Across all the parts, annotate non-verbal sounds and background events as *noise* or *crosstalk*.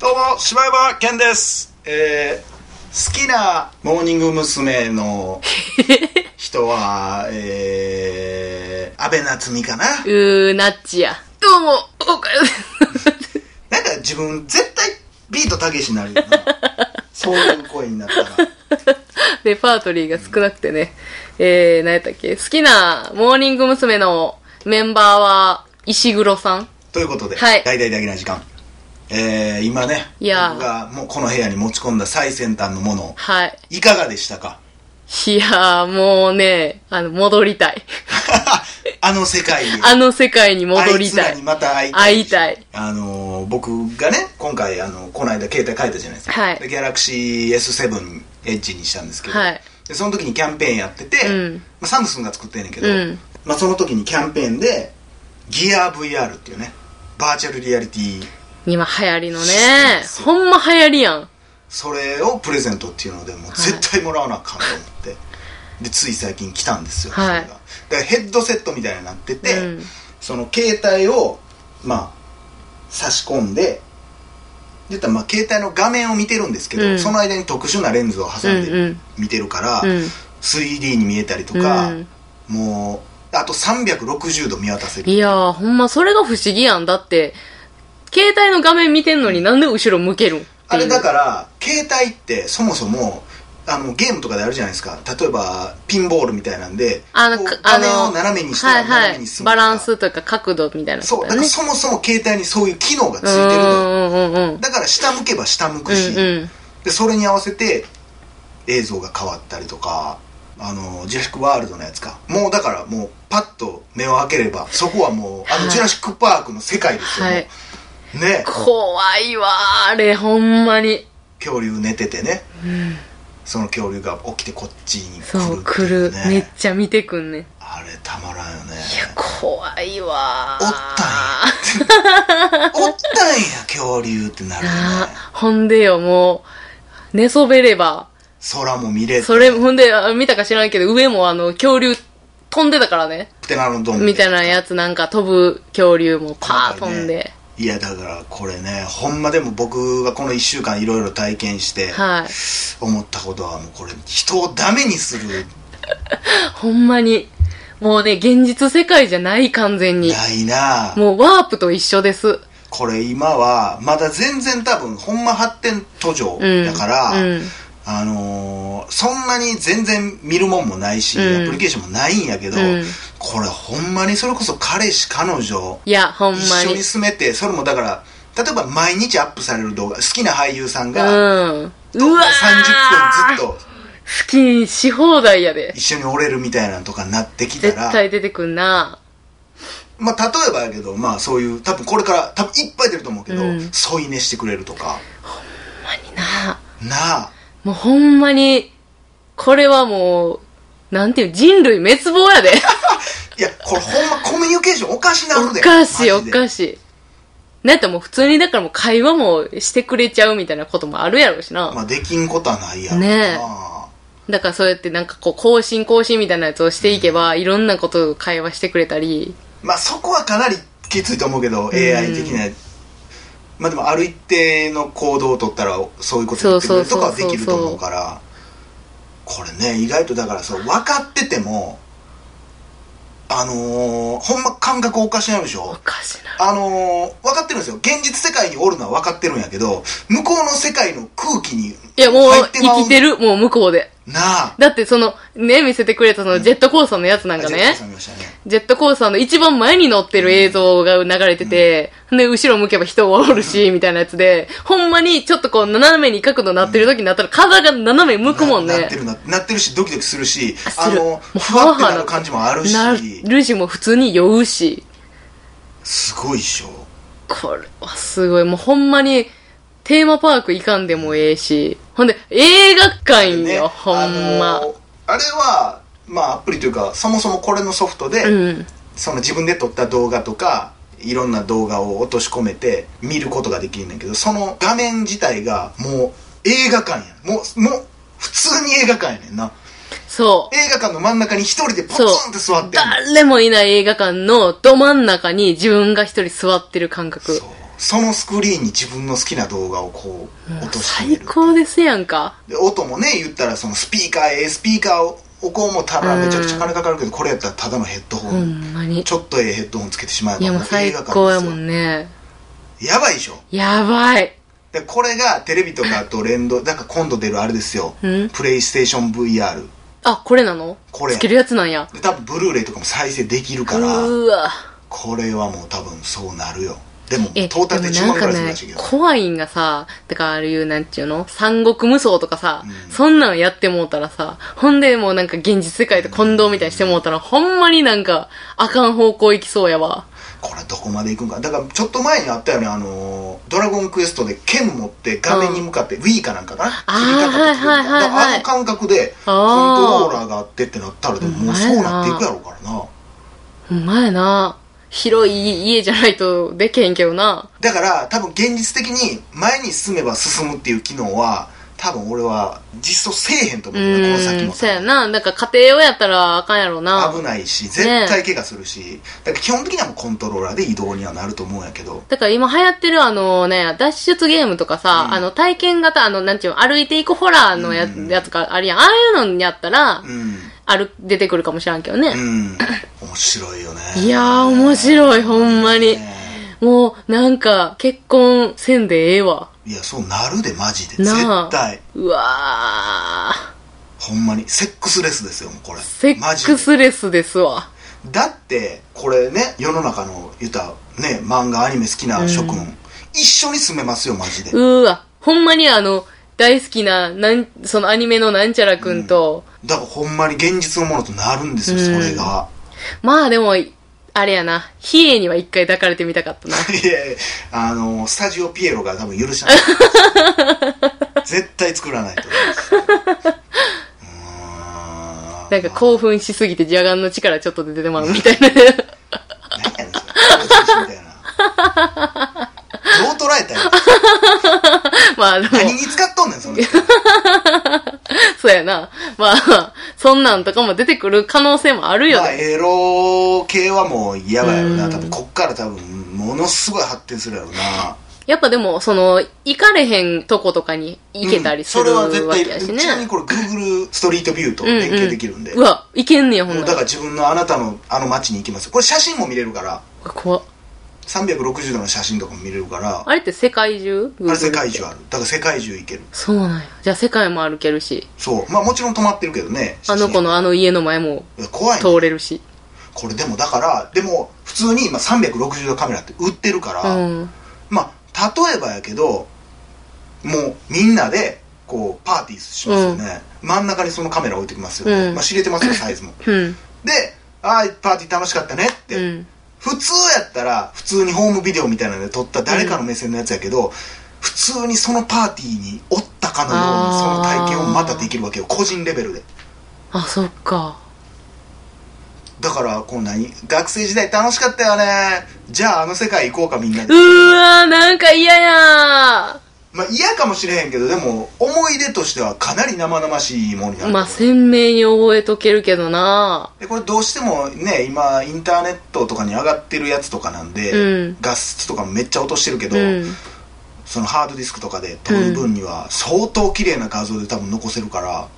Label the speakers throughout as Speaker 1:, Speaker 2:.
Speaker 1: どうも柴山健です、えー好きなモーニング娘。
Speaker 2: *laughs*
Speaker 1: の人は、えー、安倍夏実かな
Speaker 2: うー、ナッチや。どうも、おかよです。 *laughs*
Speaker 1: なんか自分絶対ビートたけしになるよ
Speaker 2: *laughs*
Speaker 1: なそういう声になったら
Speaker 2: レパートリーが少なくてね。えー、何やったっけ好きなモーニング娘。のメンバーは、石黒さん
Speaker 1: ということで、
Speaker 2: はい
Speaker 1: 大々だけな時間えー、今ね
Speaker 2: いやー
Speaker 1: 僕がもうこの部屋に持ち込んだ最先端のもの
Speaker 2: はい。
Speaker 1: いかがでしたか *laughs*
Speaker 2: いやー、もうね、あの、戻りたい。
Speaker 1: あの世界へ
Speaker 2: あの世界に戻
Speaker 1: あ
Speaker 2: りた
Speaker 1: いつらに
Speaker 2: い。
Speaker 1: また会いたい
Speaker 2: 会いたい
Speaker 1: あのー僕がね今回あのこの間携帯変えたじゃないですか、
Speaker 2: はい
Speaker 1: でギャラクシー S7 エッジにしたんですけど、
Speaker 2: はい
Speaker 1: でその時にキャンペーンやってて、
Speaker 2: うん
Speaker 1: まあ、サムスンが作ってんねんけど、
Speaker 2: うん
Speaker 1: まあ、その時にキャンペーンでギア VR っていうねバーチャルリアリティ
Speaker 2: 今流行りのね
Speaker 1: そうなんです。よ
Speaker 2: ほんま流行りやん。
Speaker 1: それをプレゼントっていうのでもう絶対もらわなあかんと思って、でつい最近来たんですよ、
Speaker 2: はい
Speaker 1: それがだからヘッドセットみたいになってて、
Speaker 2: うん
Speaker 1: その携帯をまあ差し込んで言ったらまあ携帯の画面を見てるんですけど、
Speaker 2: うん
Speaker 1: その間に特殊なレンズを挟ん
Speaker 2: うんう
Speaker 1: で
Speaker 2: ん
Speaker 1: 見てるから、
Speaker 2: うん
Speaker 1: 3D に見えたりとか、
Speaker 2: うん
Speaker 1: もうあと360度見渡せる
Speaker 2: いやー、ほんまそれが不思議やん。だって、携帯の画面見てんのになんで後ろ向けるんっていう
Speaker 1: あれだから携帯ってそもそもあのゲームとかであるじゃないですか例えばピンボールみたいなんで
Speaker 2: あの、
Speaker 1: こう
Speaker 2: か
Speaker 1: 画
Speaker 2: あ
Speaker 1: 面
Speaker 2: の、
Speaker 1: を斜めにして
Speaker 2: はい
Speaker 1: 斜
Speaker 2: は
Speaker 1: めに
Speaker 2: い
Speaker 1: す。ると
Speaker 2: バ
Speaker 1: か
Speaker 2: ランスとか角度みたいな
Speaker 1: そうだからそもそも携帯にそういう機能がついてるのよ
Speaker 2: うんうんうんうん。
Speaker 1: だから下向けば下向
Speaker 2: う
Speaker 1: くし、
Speaker 2: んうん。
Speaker 1: でそれに合わせて映像が変わったりとかあのジュラシック・ワールドのやつかもうだからもうパッと目を開ければそこはもうあ
Speaker 2: は
Speaker 1: の
Speaker 2: い
Speaker 1: ジュラシック・パークの世界ですよ、
Speaker 2: は
Speaker 1: も
Speaker 2: い。
Speaker 1: うね
Speaker 2: 怖いわー、あれ、ほんまに。
Speaker 1: 恐竜寝ててね、その恐竜が起きてこっちに来
Speaker 2: そ
Speaker 1: るっ
Speaker 2: う、
Speaker 1: て
Speaker 2: 来
Speaker 1: い
Speaker 2: る
Speaker 1: う。
Speaker 2: めっ
Speaker 1: ね
Speaker 2: ちゃ見てくんねん。い
Speaker 1: あれたまらんよね
Speaker 2: や、怖いわー。
Speaker 1: おったんやおったんや恐竜ってなるよ
Speaker 2: な
Speaker 1: ね
Speaker 2: あほんでよ、もう、寝そべれば、
Speaker 1: 空も見れて
Speaker 2: それ、ほんで、あ見たか知らんけど、上もあの、恐竜飛んでたからね。
Speaker 1: プテラノドン
Speaker 2: みたいなやつなんか飛ぶ恐竜もパー飛んで。
Speaker 1: いやだからこれねほんまでも僕がこの1週間いろいろ体験して
Speaker 2: はい。
Speaker 1: 思ったことはもうこれ人をダメにする
Speaker 2: ほんまに。もうね、現実世界じゃない、完全に。
Speaker 1: ないな
Speaker 2: もうワープと一緒です。
Speaker 1: これ今はまだ全然多分ほんま発展途上
Speaker 2: うん。
Speaker 1: だから、
Speaker 2: うん。
Speaker 1: あのーそんなに全然見るもんもないし、
Speaker 2: うん
Speaker 1: アプリケーションもないんやけど、
Speaker 2: うん
Speaker 1: これほんまにそれこそ彼氏彼女
Speaker 2: いや、ほん
Speaker 1: 一
Speaker 2: ま
Speaker 1: 緒
Speaker 2: に
Speaker 1: に。住めてそれもだから例えば毎日アップされる動画好きな俳優さん
Speaker 2: う
Speaker 1: が、
Speaker 2: ん。うわー
Speaker 1: どっか30分ずっ。と
Speaker 2: 好きにし放題やで。
Speaker 1: 一緒におれるみたいなのとかになってきた
Speaker 2: 絶
Speaker 1: ら、
Speaker 2: 対出てくんな。
Speaker 1: まあ、例えばやけど、まあ、そういう多分これから多分いっぱい出ると思うけど、
Speaker 2: うん
Speaker 1: 添い寝してくれるとか
Speaker 2: ほんまにな。
Speaker 1: なあ
Speaker 2: もうほんまに、これはもう、なんていう、人類滅亡やで。
Speaker 1: いやこれほんまコミュニケーションおかしなる
Speaker 2: お
Speaker 1: で
Speaker 2: かしい、お
Speaker 1: マジで
Speaker 2: かしい。なんやったらもう普通にだからもう会話もしてくれちゃうみたいなこともあるやろうしな。
Speaker 1: まあ、できんことはないやろ
Speaker 2: ねえ
Speaker 1: あ
Speaker 2: だからそうやってなんかこう更新更新みたいなやつをしていけば、いろんなことを会話してくれたり。
Speaker 1: まあそこはかなりきついと思うけど、
Speaker 2: ん
Speaker 1: AI 的なまあでもある一定の行動を取ったらそういうこと言ってくれるとかはできると思うからこれね意外とだからそう分かっててもあのーほんま感覚おかしなるでし
Speaker 2: お
Speaker 1: ょ
Speaker 2: かしいな。
Speaker 1: あのー分かってるんですよ現実世界におるのは分かってるんやけど向こうの世界の空気に
Speaker 2: いやもう
Speaker 1: 入ってまう
Speaker 2: 生きてる、もう向こうで。
Speaker 1: なあ
Speaker 2: だってその、ね、見せてくれたそのジェットコースターのやつなんか
Speaker 1: あ
Speaker 2: ね
Speaker 1: ジェットコースタ、ー見ましたね
Speaker 2: ジェットコースターの一番前に乗ってる映像が流れてて、で、後ろ向けば人がおるし、みたいなやつで、ほんまにちょっとこう斜めに角度なってる時になったら体が斜め向くもん
Speaker 1: なな
Speaker 2: ね
Speaker 1: って。るななってるしドキドキするし
Speaker 2: す
Speaker 1: あ
Speaker 2: る
Speaker 1: の
Speaker 2: もう
Speaker 1: ふわってなる感じもあるし
Speaker 2: なるし、もう普通に酔うし。
Speaker 1: すごいっしょ
Speaker 2: これはすごい。もうほんまに、テーマパーク行かんでもええし。ほんで、映画館よ、ほんま
Speaker 1: あ。のあれはまあアプリというかそもそもこれのソフトで、
Speaker 2: うん。
Speaker 1: その自分で撮った動画とかいろんな動画を落とし込めて見ることができるんだけどその画面自体がもう映画館やねんもうもう普通に映画館やねんな
Speaker 2: そう。
Speaker 1: 映画館の真ん中に一人でポツンって座ってんの
Speaker 2: 誰もいない映画館のど真ん中に自分が一人座ってる感覚。
Speaker 1: そうそのスクリーンに自分の好きな動画をこう落として
Speaker 2: 最
Speaker 1: る
Speaker 2: 高ですやんか。
Speaker 1: で音もね言ったらそのスピーカーええスピーカーを置こう思ったらめちゃくちゃ金かかるけどこれやったらただのヘッドホ
Speaker 2: ほ
Speaker 1: ン、
Speaker 2: んまに。
Speaker 1: ちょっとええヘッドホンつけてしまえば
Speaker 2: いやもう最高やも
Speaker 1: ね
Speaker 2: んね。
Speaker 1: やばいでしょ
Speaker 2: やばい。
Speaker 1: でこれがテレビとかと連動だから今度出るあれですよ、
Speaker 2: うん
Speaker 1: プレイステーション VR
Speaker 2: あ、これなの
Speaker 1: これ
Speaker 2: つけるやつなんや。
Speaker 1: で多分ブルーレイとかも再生できる
Speaker 2: う
Speaker 1: から
Speaker 2: ーわ。
Speaker 1: これはもう多分そうなるよでもト
Speaker 2: え、
Speaker 1: ータルで
Speaker 2: で
Speaker 1: 10
Speaker 2: も
Speaker 1: 万く
Speaker 2: なんから
Speaker 1: いする
Speaker 2: ね
Speaker 1: らしいけ、ど
Speaker 2: 怖いんがさ、てかああいうなんちゅうの三国無双とかさ、
Speaker 1: うん
Speaker 2: そんなんやってもうたらさ、ほんでもうなんか現実世界と混同みたいにしてもうたら、ほんまになんか、あかん方向行きそうやわ。
Speaker 1: これどこまでいくんかだからちょっと前にあったよねあのードラゴンクエストで剣持って画面に向かって、Wii かなんかかな
Speaker 2: あー
Speaker 1: 切り方とか
Speaker 2: はいはいはいはい
Speaker 1: だからあの感覚でコントローラーがあってってなったらでももうそうなっていくやろうからな
Speaker 2: ほんまやな。広い家じゃないとでけへんけどな。
Speaker 1: だから多分現実的に前に進めば進むっていう機能は多分俺は実装せえへんと
Speaker 2: う
Speaker 1: 思うねこの先
Speaker 2: ーん、
Speaker 1: も
Speaker 2: そうやな。なんか家庭用やったらあかんやろな。
Speaker 1: 危ないし絶対怪我するし、だから基本的にはもうコントローラーで移動にはなると思うんやけど
Speaker 2: だから今流行ってるあのね、脱出ゲームとかさ、
Speaker 1: うん
Speaker 2: あの体験型、あの、なんちゅうの、歩いていくホラーのや,、
Speaker 1: うん
Speaker 2: やつがあるやん。ああいうのにやったら、
Speaker 1: うん
Speaker 2: ある、出てくるかもしらんけどね。
Speaker 1: うん面白いよね
Speaker 2: いやー、面白い、ほんまに。
Speaker 1: ね
Speaker 2: もう、なんか、結婚せんでええわ。
Speaker 1: いやそうなるでマジで
Speaker 2: なあ
Speaker 1: 絶対
Speaker 2: うわー。
Speaker 1: ほんまにセックスレスですよもうこれ
Speaker 2: セック
Speaker 1: マジで
Speaker 2: スレスですわ。
Speaker 1: だってこれね世の中の言ったらね漫画アニメ好きな諸君、一緒に住めますよマジで
Speaker 2: うーわ。ほんまにあの、大好きな、なん、そのアニメのなんちゃらくんと、
Speaker 1: だからほんまに現実のものとなるんですよ、
Speaker 2: うん
Speaker 1: それが。 *laughs*
Speaker 2: まあでも、あれやな、ヒエには一回抱かれてみたか
Speaker 1: *laughs*
Speaker 2: ったな。
Speaker 1: いやいやあの、スタジオピエロが多分許さない。
Speaker 2: *laughs*
Speaker 1: 絶対作らないと思います。うー
Speaker 2: なんか興奮しすぎて邪眼の力ちょっと出てまうみたいな。
Speaker 1: *laughs* 何やねん、それ。私みたいな。どう捉え
Speaker 2: *laughs*
Speaker 1: たよ。
Speaker 2: *laughs* まあでも、
Speaker 1: 何に使っとんねん、その人。
Speaker 2: そうやな。まあ、そんなんとかも出てくる可能性もあるよ
Speaker 1: まあ、
Speaker 2: ね。
Speaker 1: エロ系はもうやばいやろ
Speaker 2: う
Speaker 1: な。
Speaker 2: ん
Speaker 1: 多分、こっから多分、ものすごい発展するやろな。
Speaker 2: やっぱでも、その、行かれへんとことかに行けたりする
Speaker 1: う
Speaker 2: わ
Speaker 1: んそれは
Speaker 2: け
Speaker 1: 絶
Speaker 2: や
Speaker 1: 対
Speaker 2: し
Speaker 1: ちなみに
Speaker 2: ね。
Speaker 1: これ Google ストリートビューと連携できるんで、
Speaker 2: うわ、行けんねや、ほん
Speaker 1: もうだ
Speaker 2: な。
Speaker 1: からら自分のあなたのあの街に行きますよこれ写真も見れるから
Speaker 2: 怖っ
Speaker 1: 360度の写真とかも見れるからあ
Speaker 2: あれって世界中
Speaker 1: れ世界中あるだから世界中行ける
Speaker 2: そうなんや。じゃあ世界も歩けるし、
Speaker 1: そうまあもちろん止まってるけどね
Speaker 2: あの子のあの家の前も
Speaker 1: 写真怖いね
Speaker 2: 通れるし。
Speaker 1: これでもだからでも普通に今360度カメラって売ってるか
Speaker 2: う
Speaker 1: ら、
Speaker 2: ん。
Speaker 1: まあ例えばやけどもうみんなでこうパーティーしますよね、真ん中にそのカメラ置いてきますよね、
Speaker 2: うん
Speaker 1: まあ、知れてますよサイズ
Speaker 2: *laughs*
Speaker 1: も
Speaker 2: うん。
Speaker 1: で「ああパーティー楽しかったね」って、
Speaker 2: うん。
Speaker 1: 普通やったら普通にホームビデオみたいなので撮った誰かの目線のやつやけど、普通にそのパーティーにおったかのようにその体験をまたできるわけよ個人レベルで
Speaker 2: あ、そっか。
Speaker 1: だからこう何学生時代楽しかったよねじゃああの世界行こうかみんな
Speaker 2: う
Speaker 1: で
Speaker 2: ーわー、なんか嫌やー。
Speaker 1: まあ嫌かもしれへんけどでも思い出としてはかなり生々しいものになる
Speaker 2: まあ、鮮明に覚えとけるけどな
Speaker 1: でこれどうしてもね今インターネットとかに上がってるやつとかなんで、
Speaker 2: うん
Speaker 1: 画質とかめっちゃ落としてるけど、
Speaker 2: うん。
Speaker 1: そのハードディスクとかで撮る分には相当綺麗な画像で多分残せるから、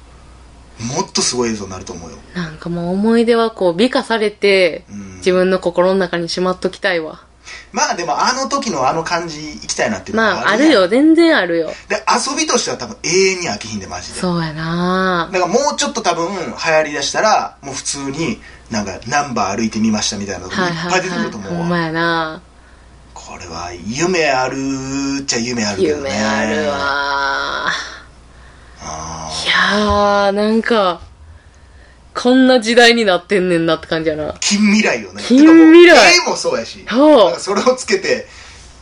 Speaker 1: もっとすごい映像になると思うよ、
Speaker 2: なんかもう思い出はこう美化されて、
Speaker 1: うん
Speaker 2: 自分の心の中にしまっときたいわ。
Speaker 1: まあでもあの時のあの感じ行きたいなっていうの
Speaker 2: ま
Speaker 1: が
Speaker 2: あ、
Speaker 1: あ
Speaker 2: あ
Speaker 1: るや
Speaker 2: る
Speaker 1: ん
Speaker 2: よ。全然あるよ。
Speaker 1: で遊びとしては多分永遠に飽きひんでマジでだ
Speaker 2: そうやな
Speaker 1: からもうちょっと多分流行りだしたらもう普通になんかナンバー歩いてみましたみたいなのが
Speaker 2: はい
Speaker 1: っ
Speaker 2: いは
Speaker 1: ぱ
Speaker 2: い
Speaker 1: い出てく
Speaker 2: は
Speaker 1: る
Speaker 2: い。
Speaker 1: と思うわ、
Speaker 2: ほんまやな
Speaker 1: これは夢あるっちゃ夢あるけどね
Speaker 2: 夢あるわ
Speaker 1: あー
Speaker 2: いやー、なんか、こんな時代になってんねんなって感じやな。
Speaker 1: 近未来よね
Speaker 2: 近未来
Speaker 1: てかもう絵もそうやし
Speaker 2: そう
Speaker 1: なんかそれをつけて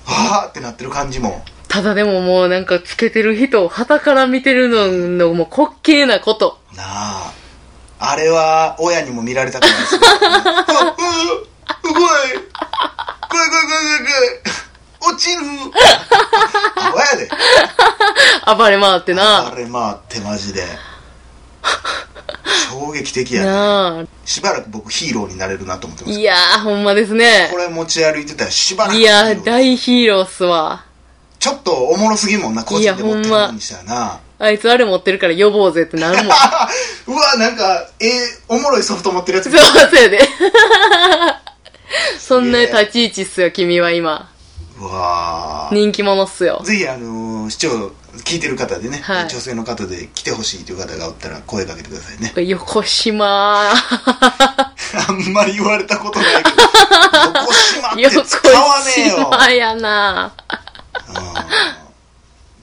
Speaker 1: ああってなってる感じも
Speaker 2: ただでももうなんかつけてる人を旗から見てるののもう滑稽なこと。
Speaker 1: なああれは親にも見られたくないですよあうう怖い怖い怖い怖い怖い怖い落ち
Speaker 2: *laughs*
Speaker 1: る親で
Speaker 2: 暴れ回ってな *laughs*
Speaker 1: あれ回ってマジで衝撃的やね
Speaker 2: なあ。
Speaker 1: しばらく僕ヒーローになれるなと思ってます
Speaker 2: いやー、ほんまですね
Speaker 1: こ。れ持ち歩いてたらしばらく
Speaker 2: い
Speaker 1: ヒーロ
Speaker 2: や
Speaker 1: ー
Speaker 2: ー、大ヒーローっすわ。ち
Speaker 1: ちょっとおもろすぎるもんな個人で持ってるのにしたらな
Speaker 2: あいつあれ持ってるから呼ぼうぜってなるもん。
Speaker 1: *laughs* うわなんかえー、おもろいソフト持ってるやつ
Speaker 2: *laughs* そう、そうやで。そんな立ち位置っすよ、君は今。
Speaker 1: うわー
Speaker 2: 人気者っすよ。
Speaker 1: ぜひあのー視聴聞いてる方でね、
Speaker 2: はい
Speaker 1: 女性の方で来てほしいという方がおったら声かけてくださいね *laughs*
Speaker 2: 横 *laughs* 島。
Speaker 1: あんまり言われたことないけ
Speaker 2: *laughs*
Speaker 1: ど横島って
Speaker 2: 横
Speaker 1: 使わねえよ、
Speaker 2: 島やな。
Speaker 1: うん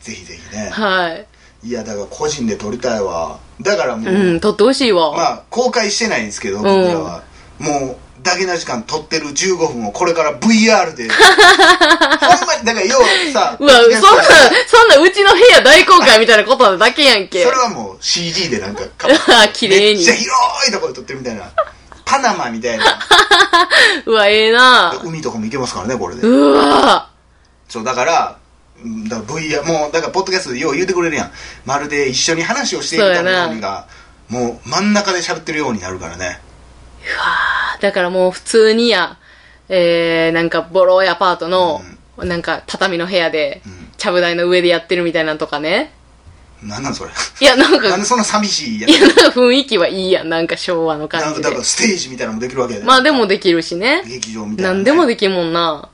Speaker 1: ぜひぜひね
Speaker 2: はい。
Speaker 1: いやだから個人で撮りたいわだからもう、
Speaker 2: うん、撮ってほしいわ。
Speaker 1: まあ公開してないんですけど僕らは、もうだけな時間撮ってる15分をこれから VR
Speaker 2: *laughs*
Speaker 1: でほんまにだから要はさ
Speaker 2: うわ、そ
Speaker 1: ポッ
Speaker 2: んな
Speaker 1: ドキャストやから、
Speaker 2: そんなうちの部屋大公開みたいなことだけやんけ。
Speaker 1: それはもう CG でなんかか
Speaker 2: *laughs* 綺麗
Speaker 1: め
Speaker 2: に
Speaker 1: っちゃ広いところで撮ってるみたいなパナマみたい
Speaker 2: *laughs*
Speaker 1: な
Speaker 2: うわ、ええな。
Speaker 1: 海とかも行けますからねこれで
Speaker 2: うわ。
Speaker 1: そうだからうんだから VR もうだからポッドキャストでよう言うてくれるやんまるで一緒に話をしているかのようにがもう真ん中で喋ってるようになるからね
Speaker 2: だからもう普通にや、えー、なんかボロいアパートの、なんか畳の部屋で、ちゃぶ台の上でやってるみたいなのとかね。
Speaker 1: なんなんそれ
Speaker 2: いや、なんか、い
Speaker 1: な
Speaker 2: や、
Speaker 1: ん
Speaker 2: なん
Speaker 1: でそんな寂しいやつ
Speaker 2: か *laughs* 雰囲気はいいやん。なんか昭和の
Speaker 1: な
Speaker 2: 感
Speaker 1: んか
Speaker 2: じ
Speaker 1: だ
Speaker 2: で
Speaker 1: か。らステージみたいなのもできるわけで、
Speaker 2: まあでもできるしね。
Speaker 1: 劇場みたいな、
Speaker 2: なんでもできんもんな。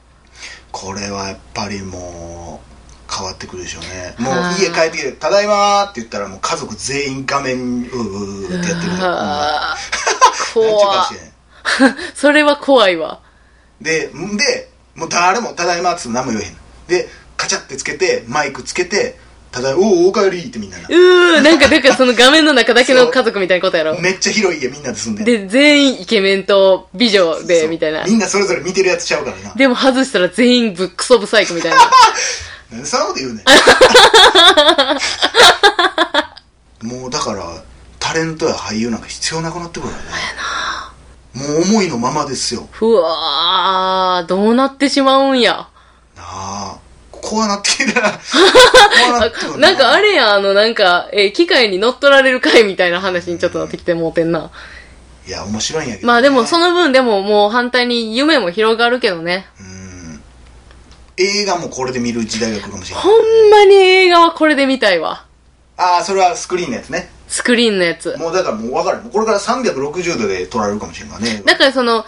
Speaker 1: これはやっぱりもう変わってくるでしょうねもう
Speaker 2: あー
Speaker 1: 家帰ってきて「ただいま」って言ったらもう家族全員画面うーうーうーってやってるから
Speaker 2: あー
Speaker 1: うんなんちゅうか
Speaker 2: *laughs* 怖
Speaker 1: もしれん
Speaker 2: それは怖いわ。
Speaker 1: でんでもう誰も「ただいま」っつって何も言えへんでカチャってつけてマイクつけて「ただいま」「おおおかえり」ってみんなな
Speaker 2: うー、なんか、だからその画面の中だけの家族みたいなことやろ。
Speaker 1: めっちゃ広い家みんなで住んでん
Speaker 2: で、全員イケメンと美女で、
Speaker 1: そう
Speaker 2: みたいな
Speaker 1: み。んなそれぞれ見てるやつちゃうからな
Speaker 2: でも外したら全員ぶっクソブサイクみ
Speaker 1: *laughs*
Speaker 2: たいな。
Speaker 1: なんでそんなこと言う *laughs* ねんもうだからタレントや俳優なんか必要なくなってくるよねもう思いのままですよ
Speaker 2: ふわー、どうなってしまうんや。
Speaker 1: なあこうなって *laughs* きたらこうなってくる
Speaker 2: なんかあれや、あの、なんか、えー機械に乗っ取られる回みたいな話にちょっとなってきてもうてんな。
Speaker 1: いや面白いんやけどね、
Speaker 2: まあでも、その分でももう反対に夢も広がるけどね。
Speaker 1: うん映画もこれで見る時代が来るかもしれない
Speaker 2: ほんまに映画はこれで見たいわ。
Speaker 1: ああそれはスクリーンのやつね
Speaker 2: スクリーンのやつ。
Speaker 1: もうだからもう分かるこれから360度で撮られるかもしれんからね
Speaker 2: だからその、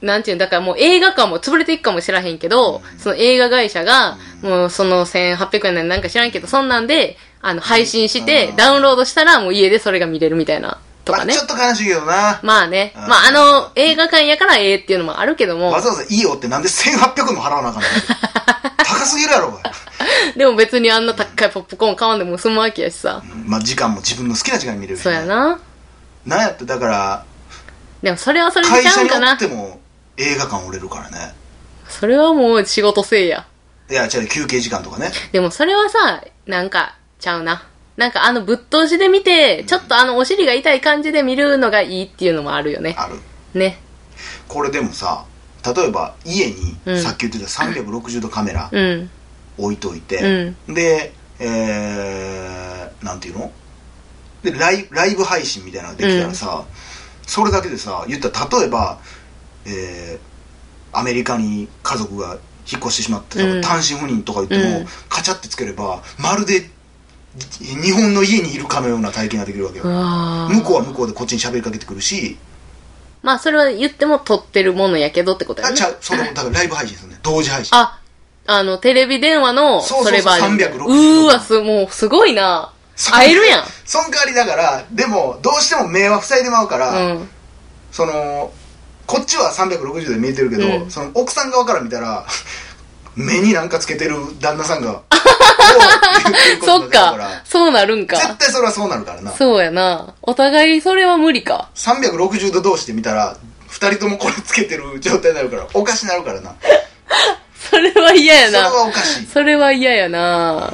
Speaker 2: なんていうんだからもう映画館も潰れていくかもしらへんけど、その映画会社が、もうその1800円なんか知らんけど、そんなんで、あの、配信して
Speaker 1: う、ん
Speaker 2: ダウンロードしたらもう家でそれが見れるみたいな、とかね
Speaker 1: まあ、ち。ょっと悲しいけどな
Speaker 2: まあね。
Speaker 1: うん
Speaker 2: まああの、映画館やからええっていうのもあるけども
Speaker 1: わ、ざわざいいよってなんで1800円も払わな
Speaker 2: *laughs*
Speaker 1: あかんの高すぎるやろおい
Speaker 2: でも別にあんな高いポップコーン買わんでも済むわけやしさ。
Speaker 1: まあ時間も自分の好きな時間に見れるし
Speaker 2: そうやな。
Speaker 1: なんやってだから
Speaker 2: でもそれはそれで
Speaker 1: 会
Speaker 2: ちゃ
Speaker 1: 社
Speaker 2: うん
Speaker 1: にお
Speaker 2: かな
Speaker 1: っ。ても映画館折れるからね
Speaker 2: それはもう仕事せいや。
Speaker 1: いや違う休憩時間とかね
Speaker 2: でもそれはさ、なんか、ちゃうな。なんかあのぶっ通しで見て、ちょっとあのお尻が痛い感じで見るのがいいっていうのもあるよね。
Speaker 1: ある
Speaker 2: ね。
Speaker 1: これでもさ例えば家に、
Speaker 2: うん
Speaker 1: さっき言ってた360度カメラ
Speaker 2: うん。
Speaker 1: 置いといて、でえー、なんていうのでライライブ配信みたいなのができたらさ、それだけでさ言ったら例えば、えー、アメリカに家族が引っ越してしまってとか、
Speaker 2: うん
Speaker 1: 単身赴任とか言っても、
Speaker 2: うん
Speaker 1: カチャってつければまるで日本の家にいるかのような体験ができるわけよ、
Speaker 2: うわー
Speaker 1: 向こうは向こうでこっちに喋りかけてくるし
Speaker 2: まあそれは言っても撮ってるものやけどってことや
Speaker 1: あ
Speaker 2: ね
Speaker 1: ち。ゃうそのだからライブ配信ですよね同時配信
Speaker 2: あ、あの、テレビ電話の、
Speaker 1: そうそうそう
Speaker 2: それバージョン。
Speaker 1: 360
Speaker 2: うーわ、す、もうすごいな。
Speaker 1: そう
Speaker 2: 会えるやん。
Speaker 1: そん代わりだからでもどうしても目は塞いでまうから、
Speaker 2: うん。
Speaker 1: そのこっちは360度で見えてるけど、
Speaker 2: うん
Speaker 1: その奥さん側から見たら *laughs* 目になんかつけてる旦那さ
Speaker 2: *laughs*
Speaker 1: んがおうって言てること
Speaker 2: そっ
Speaker 1: になるら
Speaker 2: か。そうなるん
Speaker 1: 絶
Speaker 2: か。
Speaker 1: 対それはそうなるからな
Speaker 2: そうやな。お互いそれは無理か。
Speaker 1: 360度同士で見たら2人ともこれつけてる状態になるからおかしなるからな
Speaker 2: それは嫌や
Speaker 1: それ
Speaker 2: な。
Speaker 1: はおかしい
Speaker 2: それは嫌やな。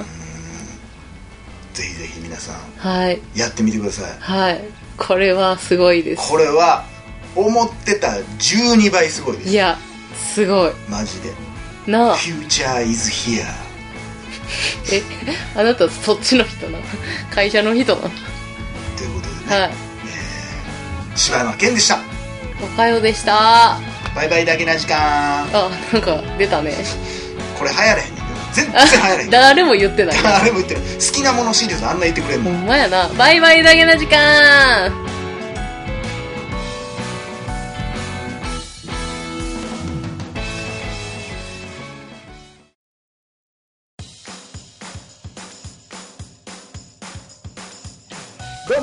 Speaker 1: ぜひぜひ皆さん
Speaker 2: はい。
Speaker 1: やってみてください
Speaker 2: はい。これはすごいです。
Speaker 1: これは思ってた12倍すごいで
Speaker 2: い
Speaker 1: す
Speaker 2: や、すごい。
Speaker 1: マジで
Speaker 2: *laughs* なあ。
Speaker 1: Future is here
Speaker 2: え、あなたそっちの人な。会社の人な。
Speaker 1: ということでね、
Speaker 2: はい。
Speaker 1: えー
Speaker 3: 柴山健でした
Speaker 2: おかよでしたあ
Speaker 3: バイバイだけな時間
Speaker 2: なんか出たね
Speaker 3: これ流行らへんねんけど全然流行らへん
Speaker 2: 誰も言ってない
Speaker 3: *laughs* あれも言ってる好きなものシリーズあんな言ってくれん
Speaker 2: ほ
Speaker 3: の
Speaker 2: んまやなバイバイだけの時間
Speaker 1: どう